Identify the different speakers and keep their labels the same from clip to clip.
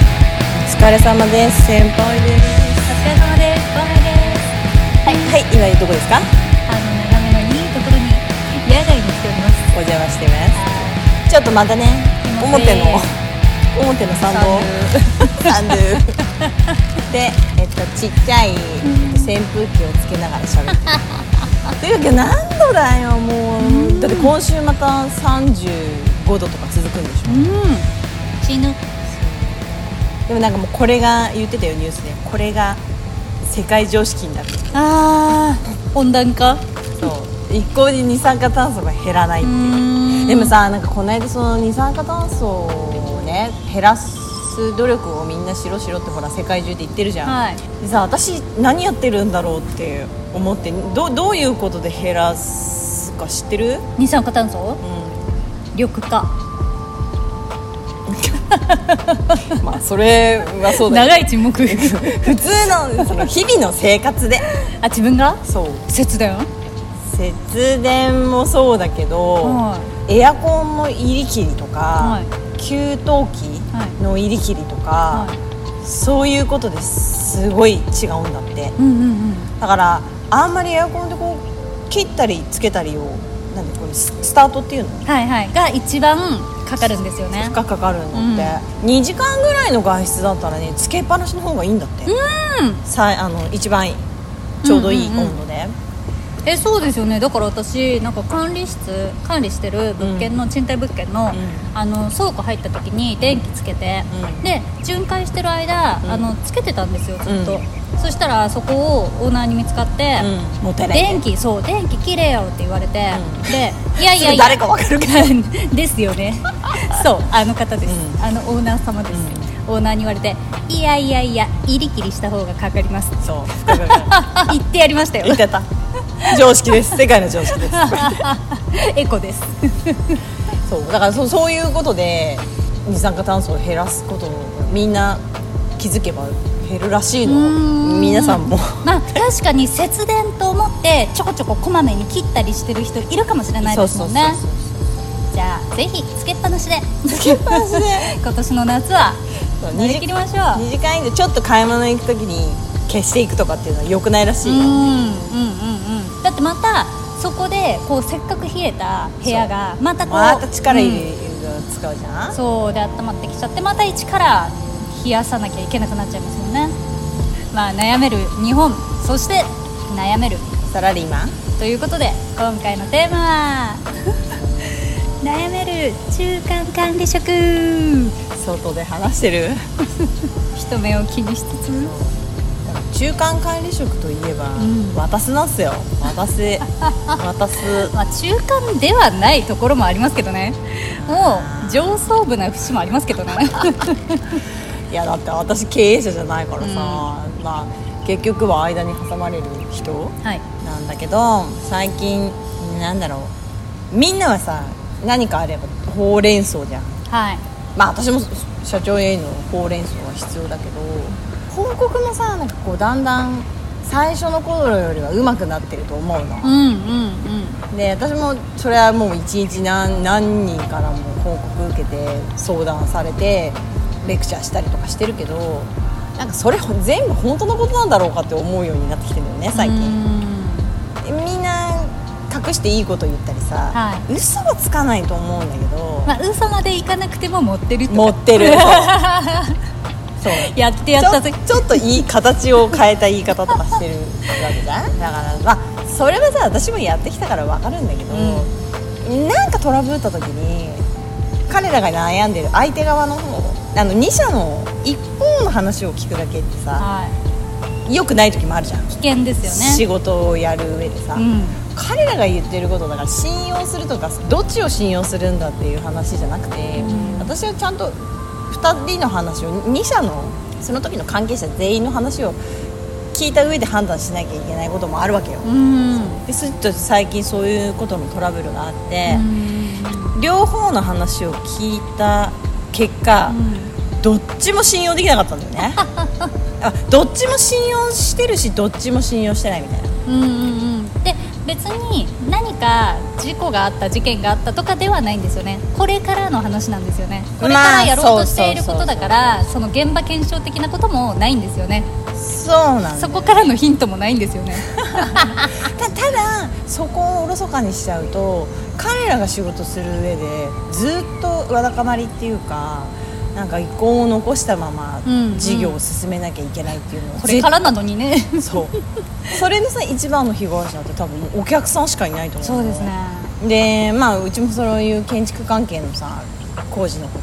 Speaker 1: お疲れ様です。ボナです。
Speaker 2: 疲れ様です先輩ですはい、はい、今どこですか
Speaker 1: あの眺めのいいところに野外に来ております。
Speaker 2: お邪魔してますちょっとまたね
Speaker 1: すいま
Speaker 2: 表
Speaker 1: せん
Speaker 2: の表の参道サンドゥ で、えっと、ちっちゃい扇風機をつけながら喋ってるというわけで何度だよもうだって今週また35度とか続くんでしょ
Speaker 1: うん。死ぬ。
Speaker 2: でもなんかもうこれが言ってたよニュースでこれが世界常識になる
Speaker 1: ああ、温暖化。
Speaker 2: そう一向に二酸化炭素が減らないっていうでもさなんかこの間その二酸化炭素をね減らす努力をみんなしろしろってほら世界中で言ってるじゃん、
Speaker 1: はい
Speaker 2: でさ私何やってるんだろうって思ってどどういうことで減らすか知ってる、
Speaker 1: 二酸化炭素？
Speaker 2: う
Speaker 1: 緑化。
Speaker 2: ん、まあそれはそうだよ
Speaker 1: 長い沈 黙。
Speaker 2: 普通のその日々の生活で
Speaker 1: あ、自分が？
Speaker 2: そう
Speaker 1: 節電？
Speaker 2: 節電もそうだけど、
Speaker 1: は
Speaker 2: エアコンも入り切りとか、
Speaker 1: はい
Speaker 2: 給湯器の入り切りとか、
Speaker 1: はい
Speaker 2: そういうことですごい違うんだって
Speaker 1: うんうんうん。
Speaker 2: だからあんまりエアコンでこう切ったりつけたりをなんでこれススタートっていうの
Speaker 1: はいはい。が一番かかるんですよね
Speaker 2: 負荷。かかるのって、2時間ぐらいの外出だったらねつけっぱなしの方がいいんだってさあの一番ちょうどいい
Speaker 1: うんうんうん
Speaker 2: 温度で、
Speaker 1: えそうですよねだから私なんか管理室管理してる物件の、賃貸物件の,、
Speaker 2: ん
Speaker 1: あの倉庫入った時に電気つけて、
Speaker 2: うん
Speaker 1: で巡回してる間、
Speaker 2: うん
Speaker 1: あのつけてたんですよずっと、
Speaker 2: うん
Speaker 1: そしたらそこをオーナーに見つかって、
Speaker 2: うんもったいない
Speaker 1: 電気そう電気きれいよって言われて、
Speaker 2: うん
Speaker 1: でいやいや
Speaker 2: す
Speaker 1: いや
Speaker 2: ぐ誰かわかるから
Speaker 1: ですよ ねそうあの方です、
Speaker 2: うん
Speaker 1: あのオーナー様です、オーナーに言われていやいやいや入り切りした方がかかり ます
Speaker 2: そう負荷かかる
Speaker 1: 言ってやりましたよ
Speaker 2: 言ってた常識です世界の常識です
Speaker 1: エコです
Speaker 2: そうだからそそういうことで二酸化炭素を減らすことをみんな気づけば減るらしいの
Speaker 1: ん
Speaker 2: 皆 さんも
Speaker 1: まあ確かに節電と思ってちょこちょここまめに切ったりしてる人いるかもしれないですもんね
Speaker 2: そうそう
Speaker 1: じゃあぜひつけっぱなしで
Speaker 2: つけっぱなしで
Speaker 1: 今年の夏は
Speaker 2: そう
Speaker 1: 乗り切りましょう
Speaker 2: 2時間以上ちょっと買い物行く時に消していくとかっていうのは良くないらし
Speaker 1: う
Speaker 2: い
Speaker 1: んうんう
Speaker 2: よ
Speaker 1: んうんだってまたそこでこうせっかく冷えた部屋がまたこう
Speaker 2: また力入
Speaker 1: うん
Speaker 2: れ使うじゃん、
Speaker 1: そうで温まってきちゃってまた一から冷やさなきゃいけなくなっちゃいますもんねまあ悩める日本そして悩める
Speaker 2: サラリーマン
Speaker 1: ということで今回のテーマは 悩める中間管理職
Speaker 2: 外で話してる
Speaker 1: 人目を気にしつつ
Speaker 2: 中間管理職といえば、
Speaker 1: うん
Speaker 2: 私なんすよ 私私
Speaker 1: まあ中間ではないところもありますけどねもう上層部な節もありますけど ね
Speaker 2: いやだって私経営者じゃないからさ、まあ結局は間に挟まれる人
Speaker 1: はい
Speaker 2: なんだけど最近なんだろうみんなはさ何かあればほうれん草じゃん
Speaker 1: はい
Speaker 2: まあ私も社長へのほうれん草は必要だけど報告もさなんかこうだんだん最初の頃よりは上手くなってると思うの
Speaker 1: うんうんうん
Speaker 2: で私もそれはもう一日何何人からも報告受けて相談されてレクチャーしたりとかしてるけどなんかそれほ全部本当のことなんだろうかって思うようになってきてるのよね最
Speaker 1: う
Speaker 2: 近
Speaker 1: ん
Speaker 2: みんな隠していいこと言ったりさ、
Speaker 1: は
Speaker 2: 嘘はつかないと思うんだけど、
Speaker 1: まあ嘘までいかなくても持ってると
Speaker 2: 持ってるそうそう
Speaker 1: やってやった
Speaker 2: ち
Speaker 1: ぜ
Speaker 2: ょちょっといい形を変えた言い方とかしてるわけじゃんだからまあそれはさ私もやってきたから分かるんだけど、なんかトラブった時に彼らが悩んでる相手側の方あの2社の一方の話を聞くだけってさ
Speaker 1: はい
Speaker 2: 良くない時もあるじゃん、
Speaker 1: 危険ですよね
Speaker 2: 仕事をやる上でさ、
Speaker 1: うん
Speaker 2: 彼らが言ってることだから信用するとかどっちを信用するんだっていう話じゃなくて、
Speaker 1: うん
Speaker 2: 私はちゃんと2人の話を2社のその時の関係者全員の話を聞いた上で判断しなきゃいけないこともあるわけよ、
Speaker 1: うん
Speaker 2: ですちょっと最近そういうことのトラブルがあって、
Speaker 1: うん
Speaker 2: 両方の話を聞いた結果、どっちも信用できなかったんだよ ねあどっちも信用してるしどっちも信用してないみたいな
Speaker 1: うんうんうんで別に何か事故があった事件があったとかではないんですよねこれからの話なんですよねこれからやろうとしていることだからその現場検証的なこともないんですよね
Speaker 2: そうなんだ
Speaker 1: そこからのヒントもないんですよね
Speaker 2: たただそこをおろそかにしちゃうと彼らが仕事する上でずっとわだかまりっていうかなんか遺恨を残したまま
Speaker 1: うんうん
Speaker 2: 事業を進めなきゃいけないっていうのは
Speaker 1: これからなのにね
Speaker 2: そうそれのさ一番の被害者って多分お客さんしかいないと思う
Speaker 1: そうですね
Speaker 2: でまあうちもそういう建築関係のさ工事のこ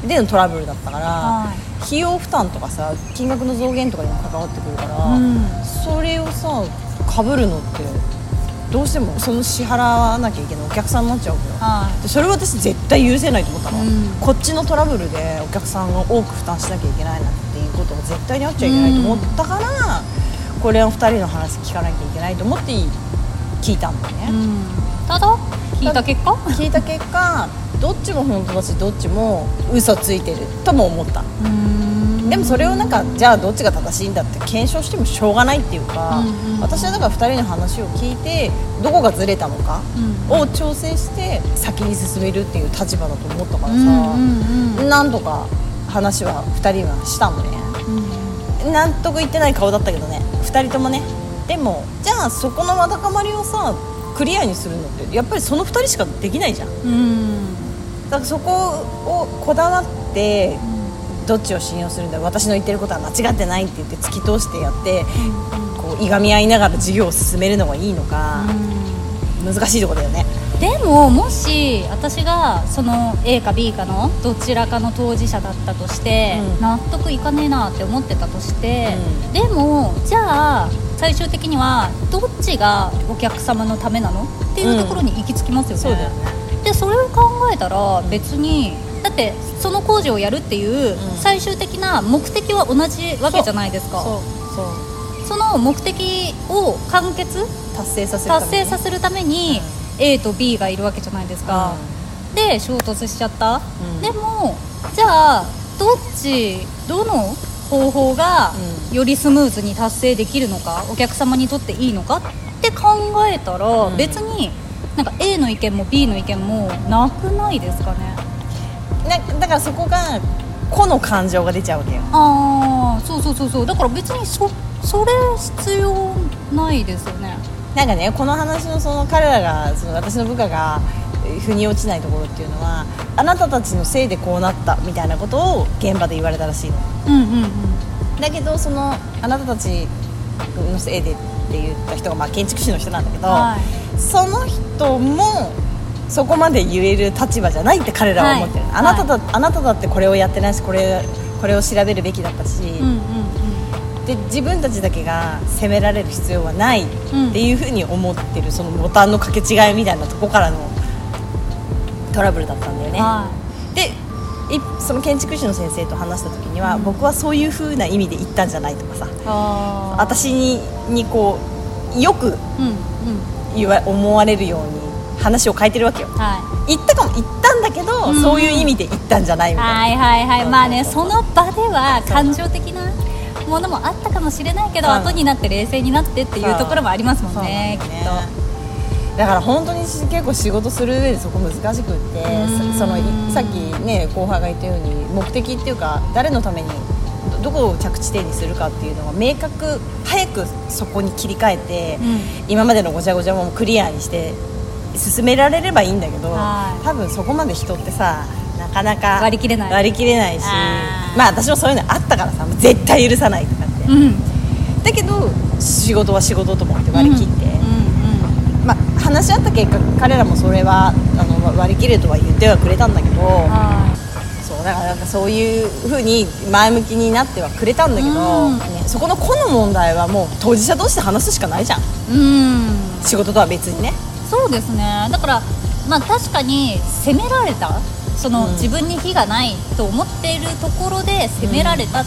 Speaker 2: とでのトラブルだったから、
Speaker 1: は
Speaker 2: 費用負担とかさ金額の増減とかにも関わってくるから、
Speaker 1: うん
Speaker 2: それをさかぶるのってどうしてもその支払わなきゃいけないお客さんになっちゃうから
Speaker 1: はい
Speaker 2: でそれは私絶対許せないと思ったの、
Speaker 1: うん
Speaker 2: こっちのトラブルでお客さんが多く負担しなきゃいけないなんていうことが絶対にあっちゃいけないと思ったから、これは2人の話聞かなきゃいけないと思って聞いたんだよね、
Speaker 1: うんただ聞いた結果
Speaker 2: 聞いた結果どっちも本当だしどっちも嘘ついてるとも思った
Speaker 1: うん
Speaker 2: でもそれをなんかじゃあどっちが正しいんだって検証してもしょうがないっていうか、
Speaker 1: うんうん
Speaker 2: 私はだから2人の話を聞いてどこがずれたのか
Speaker 1: うん
Speaker 2: を調整して先に進めるっていう立場だと思ったから
Speaker 1: う
Speaker 2: さ、
Speaker 1: んうんうん
Speaker 2: なんとか話は2人はしたのね
Speaker 1: うん
Speaker 2: 納得いってない顔だったけどね2人ともねでもじゃあそこのわだかまりをさクリアにするのってやっぱりその2人しかできないじゃん
Speaker 1: うん
Speaker 2: だからそこをこだわってどっちを信用するんだ私の言ってることは間違ってないって言って突き通してやってこういがみ合いながら授業を進めるのがいいのか、難しいとこだよね
Speaker 1: でももし私がその A か B かのどちらかの当事者だったとして、
Speaker 2: うん
Speaker 1: 納得いかねえなって思ってたとして、
Speaker 2: うん
Speaker 1: でもじゃあ最終的にはどっちがお客様のためなのっていうところに行き着きますよね。
Speaker 2: そうだよね
Speaker 1: でそれを考えたら別にだってその工事をやるっていう
Speaker 2: うん
Speaker 1: 最終的な目的は同じわけじゃないですか。
Speaker 2: うそう
Speaker 1: その目的を完結
Speaker 2: 達成させるため
Speaker 1: 達成
Speaker 2: に
Speaker 1: させるために A と B がいるわけじゃないですか、で衝突しちゃった、
Speaker 2: うん
Speaker 1: でもじゃあどっちどの方法が
Speaker 2: う
Speaker 1: よりスムーズに達成できるのかお客様にとっていいのかって考えたら、
Speaker 2: うん
Speaker 1: 別になんか A の意見も B の意見もなくないですかね
Speaker 2: なだからそこが個の感情が出ちゃうわけよ
Speaker 1: ああそうそうそうそうだから別にそそれ必要ないですよね
Speaker 2: なんかねこの話のその彼らがその私の部下がえー腑に落ちないところっていうのはあなたたちのせいでこうなったみたいなことを現場で言われたらしいの
Speaker 1: うんうんうん
Speaker 2: だけどそのあなたたちのせいでって言った人が、まあ、建築士の人なんだけど、
Speaker 1: は
Speaker 2: その人もそこまで言える立場じゃないって彼らは思ってる、
Speaker 1: はい
Speaker 2: あなただ、あなただってこれをやってないしこれこれを調べるべきだったし、
Speaker 1: い、うんうん
Speaker 2: で自分たちだけが責められる必要はないっていうふうに思ってるそのボタンの掛け違いみたいなとこからのトラブルだったんだよ
Speaker 1: うん
Speaker 2: ね。
Speaker 1: はい
Speaker 2: でいその建築士の先生と話した時には、僕はそういうふうな意味で言ったんじゃないとかさ
Speaker 1: あー
Speaker 2: 私ににこうよ
Speaker 1: う
Speaker 2: く
Speaker 1: んうん
Speaker 2: 言わ思われるように話を変えてるわけよ
Speaker 1: は
Speaker 2: 言ったかも言ったんだけど、
Speaker 1: うん
Speaker 2: そういう意味で言ったんじゃない
Speaker 1: い、
Speaker 2: みたいな、
Speaker 1: はいはいはいまあね
Speaker 2: そ
Speaker 1: そうの場では感情的なものもあったかもしれないけど
Speaker 2: うん
Speaker 1: 後になって冷静になってっていうところもありますもんねき
Speaker 2: そ
Speaker 1: っ
Speaker 2: うなんだよねだから本当にし結構仕事する上でそこ難しくって
Speaker 1: うん
Speaker 2: そそのいさっきね後輩が言ったように目的っていうか誰のためにどどこを着地点にするかっていうのが明確早くそこに切り替えて、今までのごちゃごちゃもクリアにして進められればいいんだけど
Speaker 1: はい
Speaker 2: 多分そこまで人ってさなかなか
Speaker 1: 割り切れない
Speaker 2: 割り切れないし
Speaker 1: あー
Speaker 2: まあ私もそういうのあったからさもう絶対許さないとかって
Speaker 1: とうんうん
Speaker 2: だけど仕事は仕事と思って割り切って、
Speaker 1: うん
Speaker 2: まあ、話し合った結果彼らもそれはあのわ割り切るとは言ってはくれたんだけど
Speaker 1: うんはい
Speaker 2: そうだからなんかそういうふうに前向きになってはくれたんだけど、
Speaker 1: うん
Speaker 2: ねそこの個の問題はもう当事者同士で話すしかないじゃん
Speaker 1: うん
Speaker 2: 仕事とは別にね
Speaker 1: そうですねだからまあ確かに責められたその、
Speaker 2: うん
Speaker 1: 自分に非がないと思っているところで責められたっ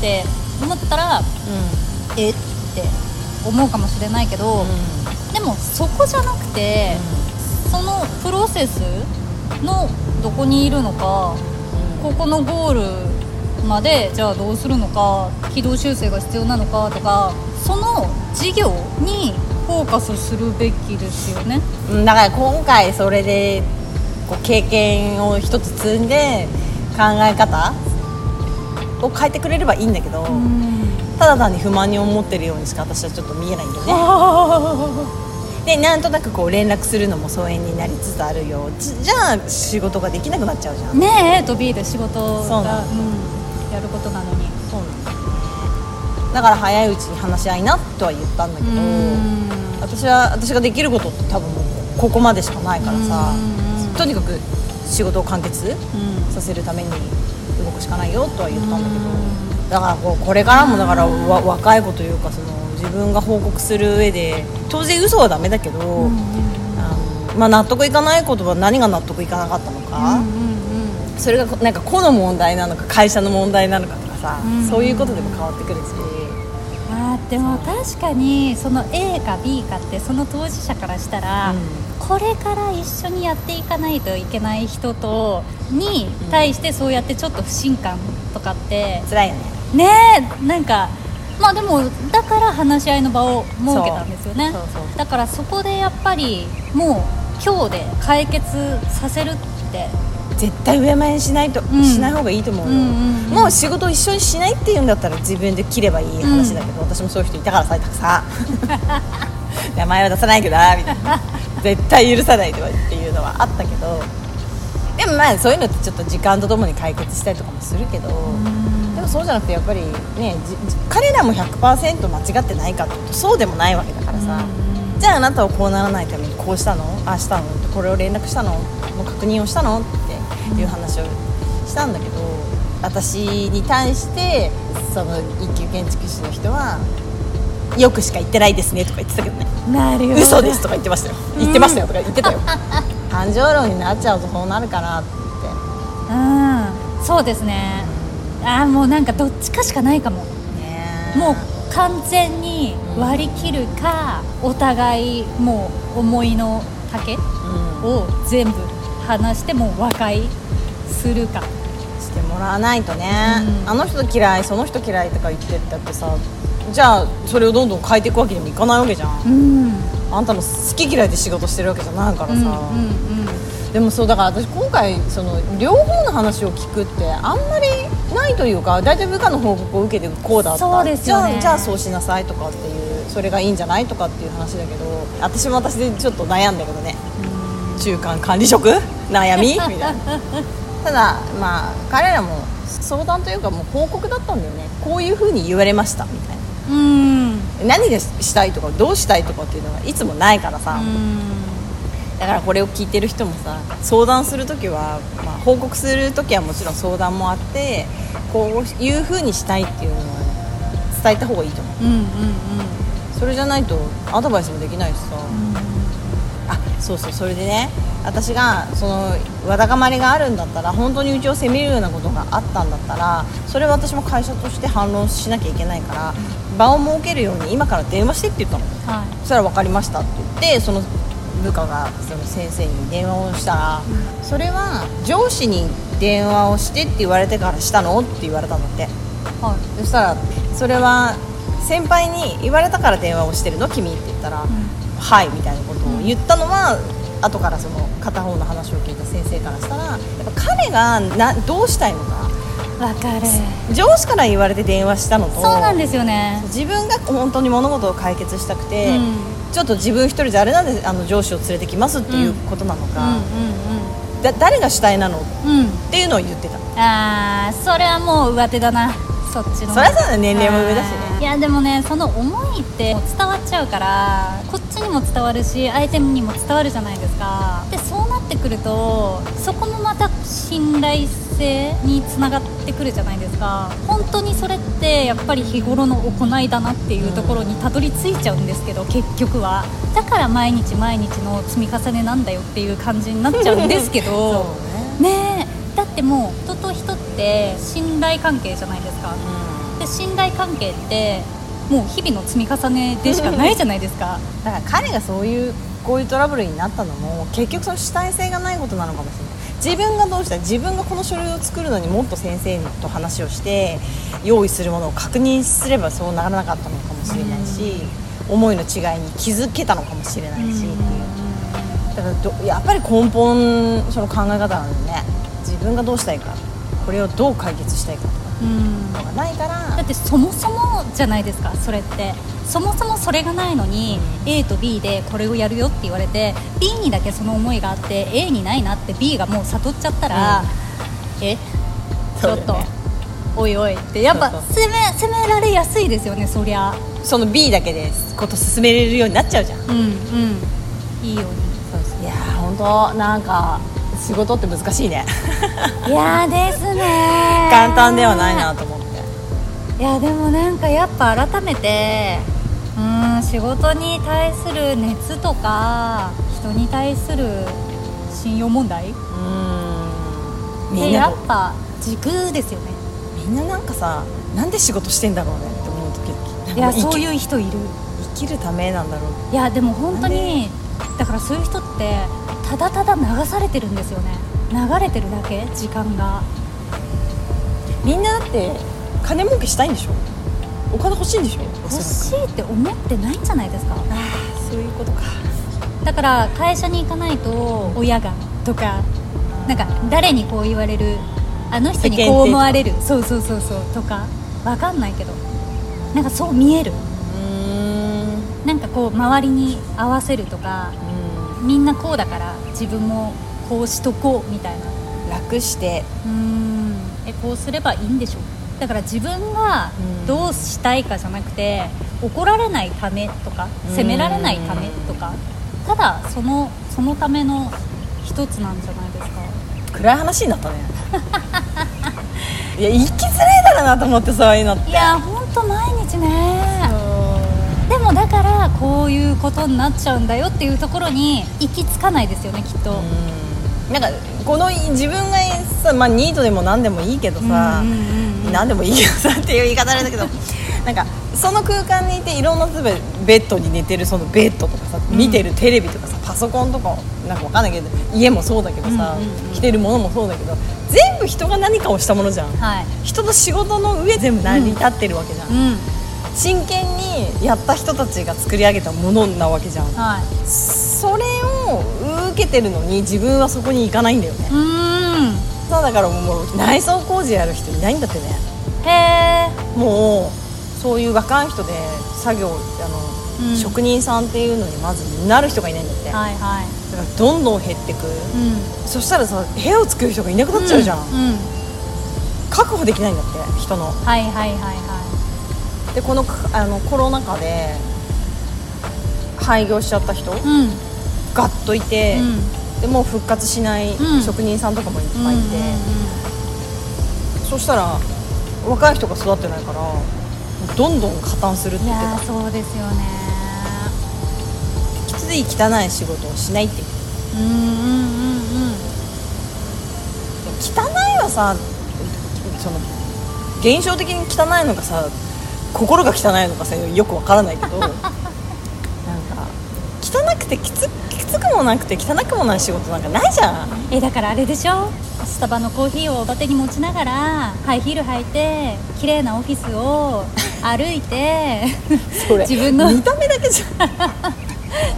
Speaker 1: て思ったら、えって思うかもしれないけど、でもそこじゃなくて、そのプロセスのどこにいるのかここのゴールまでじゃあどうするのか軌道修正が必要なのかとかその事業にフォーカスするべきですよね
Speaker 2: うんだから今回それでこう経験を一つ積んで考え方を変えてくれればいいんだけど、ただ単に不満に思ってるようにしか私はちょっと見えないんだよねでなんとなくこう連絡するのも疎遠になりつつあるよじじゃあ仕事ができなくなっちゃうじゃん、
Speaker 1: ねえ A と B で仕事
Speaker 2: そうな
Speaker 1: が、
Speaker 2: の
Speaker 1: うんやることなのに
Speaker 2: そうなんだよねだから早いうちに話し合いなとは言ったんだけど、私は私ができることって多分もうここまでしかないからさ、
Speaker 1: うん
Speaker 2: とにかく仕事を完結
Speaker 1: うん
Speaker 2: させるために動くしかないよとは言ったんだけど、だからこうこれからもだからわ若い子というかその自分が報告する上で当然嘘はダメだけど、あのまあ、納得いかないことは何が納得いかなかったのか、それがなんか個の問題なのか会社の問題なのかとかさ、
Speaker 1: うん
Speaker 2: そういうことでも変わってくるし。
Speaker 1: あーでも確かにその A か B かってその当事者からしたら、
Speaker 2: うん
Speaker 1: これから一緒にやっていかないといけない人とに対してそうやってちょっと不信感とかって
Speaker 2: 辛いよね
Speaker 1: ねえなんかまあでもだから話し合いの場を設けたんですよね
Speaker 2: そうそうそう
Speaker 1: だからそこでやっぱりもう今日で解決させるって
Speaker 2: 絶対上前にしないと、
Speaker 1: うん
Speaker 2: しない方がいいと思うよ、
Speaker 1: うんうんうん
Speaker 2: もう仕事を一緒にしないって言うんだったら自分で切ればいい話だけど、私もそういう人いたからさたくさん 名前は出さないけどなみたいな絶対許さないとかっていうのはあったけどでもまあそういうのってちょっと時間とともに解決したりとかもするけど、でもそうじゃなくてやっぱりねじじ彼らも100%間違ってないかっていうとそうでもないわけだからさ、じゃああなたはこうならないためにこうしたのああしたのこれを連絡したのもう確認をしたのっていう話をしたんだけど私に対してその一級建築士の人は「よくしか言ってないですね」とか言ってたけどね
Speaker 1: なる
Speaker 2: 「嘘です」とか言ってましたよ「言ってましたよ」とか言ってたよ 感情論になっちゃうとそうなるからって
Speaker 1: うんそうですねああもうなんかどっちかしかないかも
Speaker 2: ね
Speaker 1: もう完全に割り切るかお互いもう思いの丈
Speaker 2: うん
Speaker 1: を全部話してもう和解するか
Speaker 2: してもらわないとね、
Speaker 1: うん
Speaker 2: あの人嫌いその人嫌いとか言ってったってさじゃあそれをどんどん変えていくわけにもいかないわけじゃん
Speaker 1: うん
Speaker 2: あんたも好き嫌いで仕事してるわけじゃないから
Speaker 1: うんうん
Speaker 2: さ、でもそうだから私今回その両方の話を聞くってあんまりないというか大体部下の報告を受けてこうだった
Speaker 1: そうですよね
Speaker 2: じゃあじゃあそうしなさいとかっていうそれがいいんじゃないとかっていう話だけど私も私でちょっと悩んだけどね中間管理職悩 みみたいなただまあ彼らも相談というかもう報告だったんだよねこういうふうに言われましたみたいな
Speaker 1: うんうん
Speaker 2: 何がしたいとかどうしたいとかっていうのがいつもないからさ、だからこれを聞いてる人もさ相談する時は、まあ、報告する時はもちろん相談もあってこういうふうにしたいっていうのは伝えた方がいいと思
Speaker 1: うんうん
Speaker 2: うそれじゃないとアドバイスもできないしさ、あそうそうそれでね私がそのわだかまりがあるんだったら本当にうちを責めるようなことがあったんだったらそれは私も会社として反論しなきゃいけないから場を設けるように今から電話してって言ったの
Speaker 1: はい
Speaker 2: そしたら分かりましたって言ってその部下がその先生に電話をしたら、それは上司に電話をしてって言われてからしたのって言われたんだって
Speaker 1: はい
Speaker 2: そしたらそれは先輩に言われたから電話をしてるの君って言ったら、はいみたいなことを言ったのは後からその片方の話を聞いた先生からしたらやっぱ彼がなどうしたいのか
Speaker 1: わかる
Speaker 2: 上司から言われて電話したのと
Speaker 1: そうなんですよね
Speaker 2: 自分が本当に物事を解決したくて、
Speaker 1: うん
Speaker 2: ちょっと自分一人じゃあれなんであの上司を連れてきますっていうことなの
Speaker 1: うん
Speaker 2: か、だ誰が主体なのっ
Speaker 1: うんうんうん
Speaker 2: ていうのを言ってた
Speaker 1: あーそれはもう上手だなそっちの
Speaker 2: そりゃそうだね年齢も上だしね
Speaker 1: あーいやでもねその思いってもう伝わっちゃうからこっちにも伝わるし相手にも伝わるじゃないですかでそうなってくるとそこもまた信頼性につながってくるじゃないですか本当にそれってやっぱり日頃の行いだなっていうところにたどり着いちゃうんですけど結局はだから毎日毎日の積み重ねなんだよっていう感じになっちゃうんですけ どねえだってもう人と人って信頼関係じゃないですかで信頼関係ってもう日々の積み重ねでしかないじゃないですか
Speaker 2: だから彼がそういうこういうトラブルになったのも結局その主体性がないことなのかもしれない自分がどうしたい自分がこの書類を作るのにもっと先生と話をして用意するものを確認すればそうならなかったのかもしれないし、思いの違いに気づけたのかもしれないし、
Speaker 1: うん
Speaker 2: っていうだからどやっぱり根本その考え方なんでね自分がどうしたいかこれをどう解決したいかとか
Speaker 1: うん
Speaker 2: のがないから
Speaker 1: だってそもそもじゃないですかそれってそもそもそれがないのに、A と B でこれをやるよって言われて B にだけその思いがあって A にないなって B がもう悟っちゃったら、えちょっ
Speaker 2: そうだ
Speaker 1: と、
Speaker 2: よね
Speaker 1: おいおいってやっぱ
Speaker 2: そう
Speaker 1: 責め責められやすいですよねそりゃ
Speaker 2: その B だけでこと進めれるようになっちゃうじゃん
Speaker 1: うんうんいいよ
Speaker 2: いやー本当なんか仕事って難しいね
Speaker 1: うにいやーですね
Speaker 2: 簡単ではないなと思って
Speaker 1: いやでもなんかやっぱ改めてうーん仕事に対する熱とか人に対する信用問題っ
Speaker 2: うんみ
Speaker 1: て
Speaker 2: ん
Speaker 1: や
Speaker 2: な
Speaker 1: っぱ軸ですよね
Speaker 2: みんななんかさなんで仕事してんだろうねって思う時々
Speaker 1: いやそういうう人いる
Speaker 2: 生きるためなんだろう
Speaker 1: いやでも本当に
Speaker 2: ね
Speaker 1: だからそういう人ってただただ流されてるんですよね流れてるだけ時間が
Speaker 2: みんなだって金儲けしたいんでしょお金欲しいんでしょ
Speaker 1: 欲しいって思ってないんじゃないですか
Speaker 2: そういうことか
Speaker 1: だから会社に行かないと親がとかなんか誰にこう言われるあの人にこう思われるそうそうそうそうとかわかんないけどなんかそう見える
Speaker 2: うん
Speaker 1: なんかこう周りに合わせるとかみんなこうだから自分もこうしとこうみたいなう
Speaker 2: 楽して
Speaker 1: ーんえこうすればいいんでしょだから自分が
Speaker 2: うん
Speaker 1: どうしたいかじゃなくて怒られないためとか責められないためとかただそのそのための一つなんじゃないですか
Speaker 2: 暗い話にな ったねいや生きづらいだろうなと思ってそういうのって
Speaker 1: いやほんと毎日ねでもだからこういうことになっちゃうんだよっていうところに行き着かないですよねきっと、
Speaker 2: なんかこの自分がさ、まあ、ニートでも何でもいいけどさ、
Speaker 1: うんうんうん
Speaker 2: 何でもいいけどさっていう言い方あれだけど なんかその空間にいていろんな例えばベッドに寝てるそのベッドとかさ
Speaker 1: ん
Speaker 2: 見てるテレビとかさパソコンとかなんかわかんないけど家もそうだけどさ、
Speaker 1: うんうんうん
Speaker 2: 着てるものもそうだけど全部人が何かをしたものじゃん
Speaker 1: はい
Speaker 2: 人の仕事の上全部成り立ってるわけじゃん、
Speaker 1: うん
Speaker 2: 真剣にやった人たちが作り上げたものなわけじゃん
Speaker 1: はい
Speaker 2: それを受けてるのに自分はそこに行かないんだよね
Speaker 1: うーん
Speaker 2: さあだからもう内装工事やる人いないんだってね
Speaker 1: へえ
Speaker 2: もうそういう若い人で作業あの、
Speaker 1: うん
Speaker 2: 職人さんっていうのにまずなる人がいないんだって、
Speaker 1: はいはい
Speaker 2: だからどんどん減ってく、
Speaker 1: うん
Speaker 2: そしたらさ部屋を作る人がいなくなっちゃうじゃん、
Speaker 1: うん、うん
Speaker 2: 確保できないんだって人の
Speaker 1: はいはいはいは
Speaker 2: でこのかあのコロナ禍で廃業しちゃった人、
Speaker 1: いうん
Speaker 2: ガッといて、でもう復活しない
Speaker 1: うん
Speaker 2: 職人さんとかもいっ
Speaker 1: うん
Speaker 2: ぱいいて、そしたら若い人が育ってないからどんどん加担するって
Speaker 1: い
Speaker 2: 言って
Speaker 1: やー
Speaker 2: た
Speaker 1: そうですよね
Speaker 2: きつい汚い仕事をしないって言って
Speaker 1: うんうんうんうん
Speaker 2: た汚いはさその現象的に汚いのかさ心が汚いのかさよくわからないけ どなんか汚くてきつきつくもなくて汚くもない仕事なんかないじゃん
Speaker 1: えだからあれでしょスタバのコーヒーをおばてに持ちながらハイヒール履いて綺麗なオフィスを歩いて
Speaker 2: それ
Speaker 1: 自分の
Speaker 2: 見た目だけじゃん
Speaker 1: っ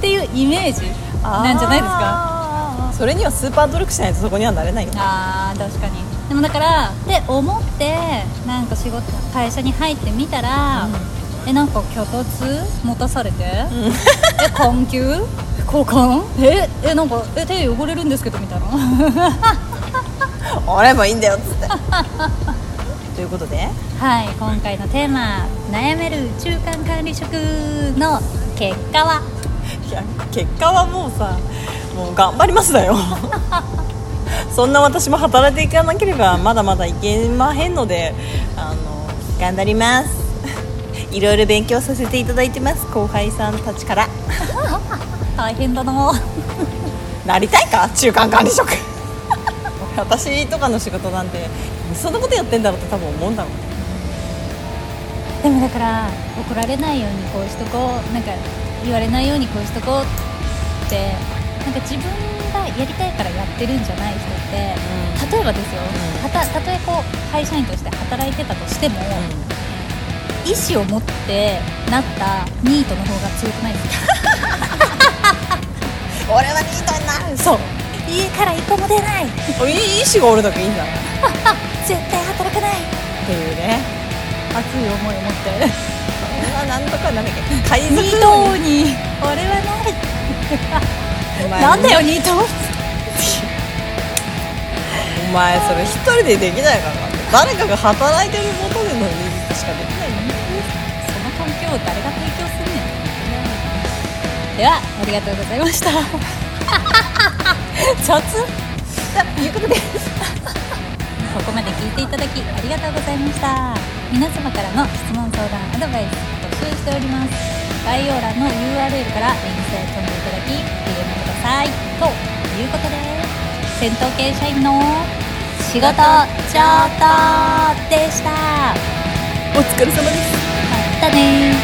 Speaker 1: ていうイメージなんじゃないですか
Speaker 2: かそれにはスーパー努力しないとそこにはなれないよ
Speaker 1: あー確かにでもだからって思ってなんか仕事会社に入ってみたら、えなんか脚立持たされて、 え困窮交換ええなんかえ手汚れるんですけどみたいな
Speaker 2: あればいいんだよっつ ってということで
Speaker 1: はい今回のテーマ「悩める中間管理職」の結果はい
Speaker 2: や結果はもうさもう頑張りますだよ そんな私も働いていかなければまだまだいけまへんのであの頑張ります いろいろ勉強させていただいてます後輩さんたちから
Speaker 1: 大変だな
Speaker 2: なりたいか中間管理職 私とかの仕事なんてそんなことやってんだろうって多分思うんだろうね
Speaker 1: でもだから怒られないようにこうしとこうなんか言われないようにこうしとこうってなんか自分がやりたいからやってるんじゃない人って、例えばですよ、
Speaker 2: うん
Speaker 1: はたたとえこう会社員として働いてたとしても、意志を持ってなったニートの方が強くないですか
Speaker 2: 俺はニートになる
Speaker 1: そう家から一歩も出ない
Speaker 2: そういい意志が俺だけいいんだなっ
Speaker 1: 絶対働かない
Speaker 2: ていうね
Speaker 1: 熱い思いを持って
Speaker 2: 俺はなんとかなんだっけ改
Speaker 1: ニー
Speaker 2: 造
Speaker 1: トに 俺はなる
Speaker 2: なんだよ
Speaker 1: よニート
Speaker 2: お前それ一人でできないからな誰かが働いてることでのニートしかできないの
Speaker 1: その環境を誰が提供するねんではありがとうございました雑
Speaker 2: さあいうことで
Speaker 1: ここまで聞いていただきありがとうございました皆様からの質問相談アドバイス募集しております概要欄の URL からリンクへ飛んでいただき DM くださいということで戦闘系社員の仕事上等でしたま
Speaker 2: お疲れ様です
Speaker 1: たねー